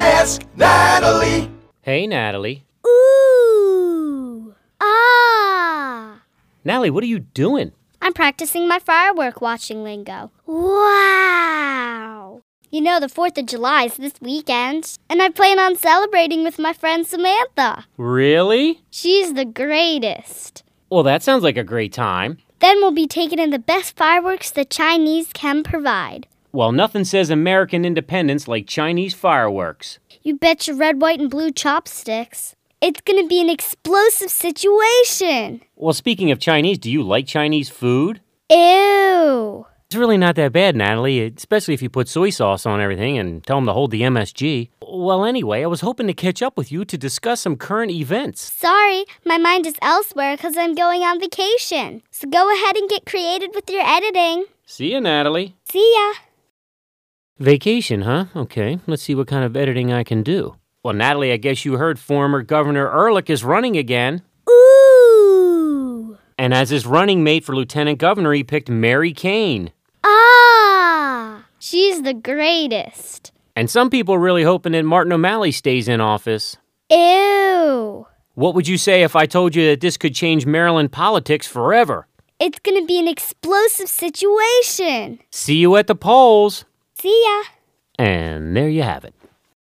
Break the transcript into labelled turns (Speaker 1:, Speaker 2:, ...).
Speaker 1: Ask Natalie.
Speaker 2: Hey, Natalie.
Speaker 3: Ooh. Ah.
Speaker 2: Natalie, what are you doing?
Speaker 3: I'm practicing my firework watching lingo. Wow. You know, the 4th of July is this weekend, and I plan on celebrating with my friend Samantha.
Speaker 2: Really?
Speaker 3: She's the greatest.
Speaker 2: Well, that sounds like a great time.
Speaker 3: Then we'll be taking in the best fireworks the Chinese can provide.
Speaker 2: Well, nothing says American independence like Chinese fireworks.
Speaker 3: You bet your red, white, and blue chopsticks. It's gonna be an explosive situation.
Speaker 2: Well, speaking of Chinese, do you like Chinese food?
Speaker 3: Ew.
Speaker 2: It's really not that bad, Natalie, especially if you put soy sauce on everything and tell them to hold the MSG. Well, anyway, I was hoping to catch up with you to discuss some current events.
Speaker 3: Sorry, my mind is elsewhere because I'm going on vacation. So go ahead and get creative with your editing.
Speaker 2: See you, Natalie.
Speaker 3: See ya.
Speaker 2: Vacation, huh? Okay, let's see what kind of editing I can do. Well, Natalie, I guess you heard former Governor Ehrlich is running again.
Speaker 3: Ooh.
Speaker 2: And as his running mate for lieutenant governor, he picked Mary Kane.
Speaker 3: Ah. She's the greatest.
Speaker 2: And some people are really hoping that Martin O'Malley stays in office.
Speaker 3: Ew.
Speaker 2: What would you say if I told you that this could change Maryland politics forever?
Speaker 3: It's gonna be an explosive situation.
Speaker 2: See you at the polls.
Speaker 3: See ya.
Speaker 2: And there you have it.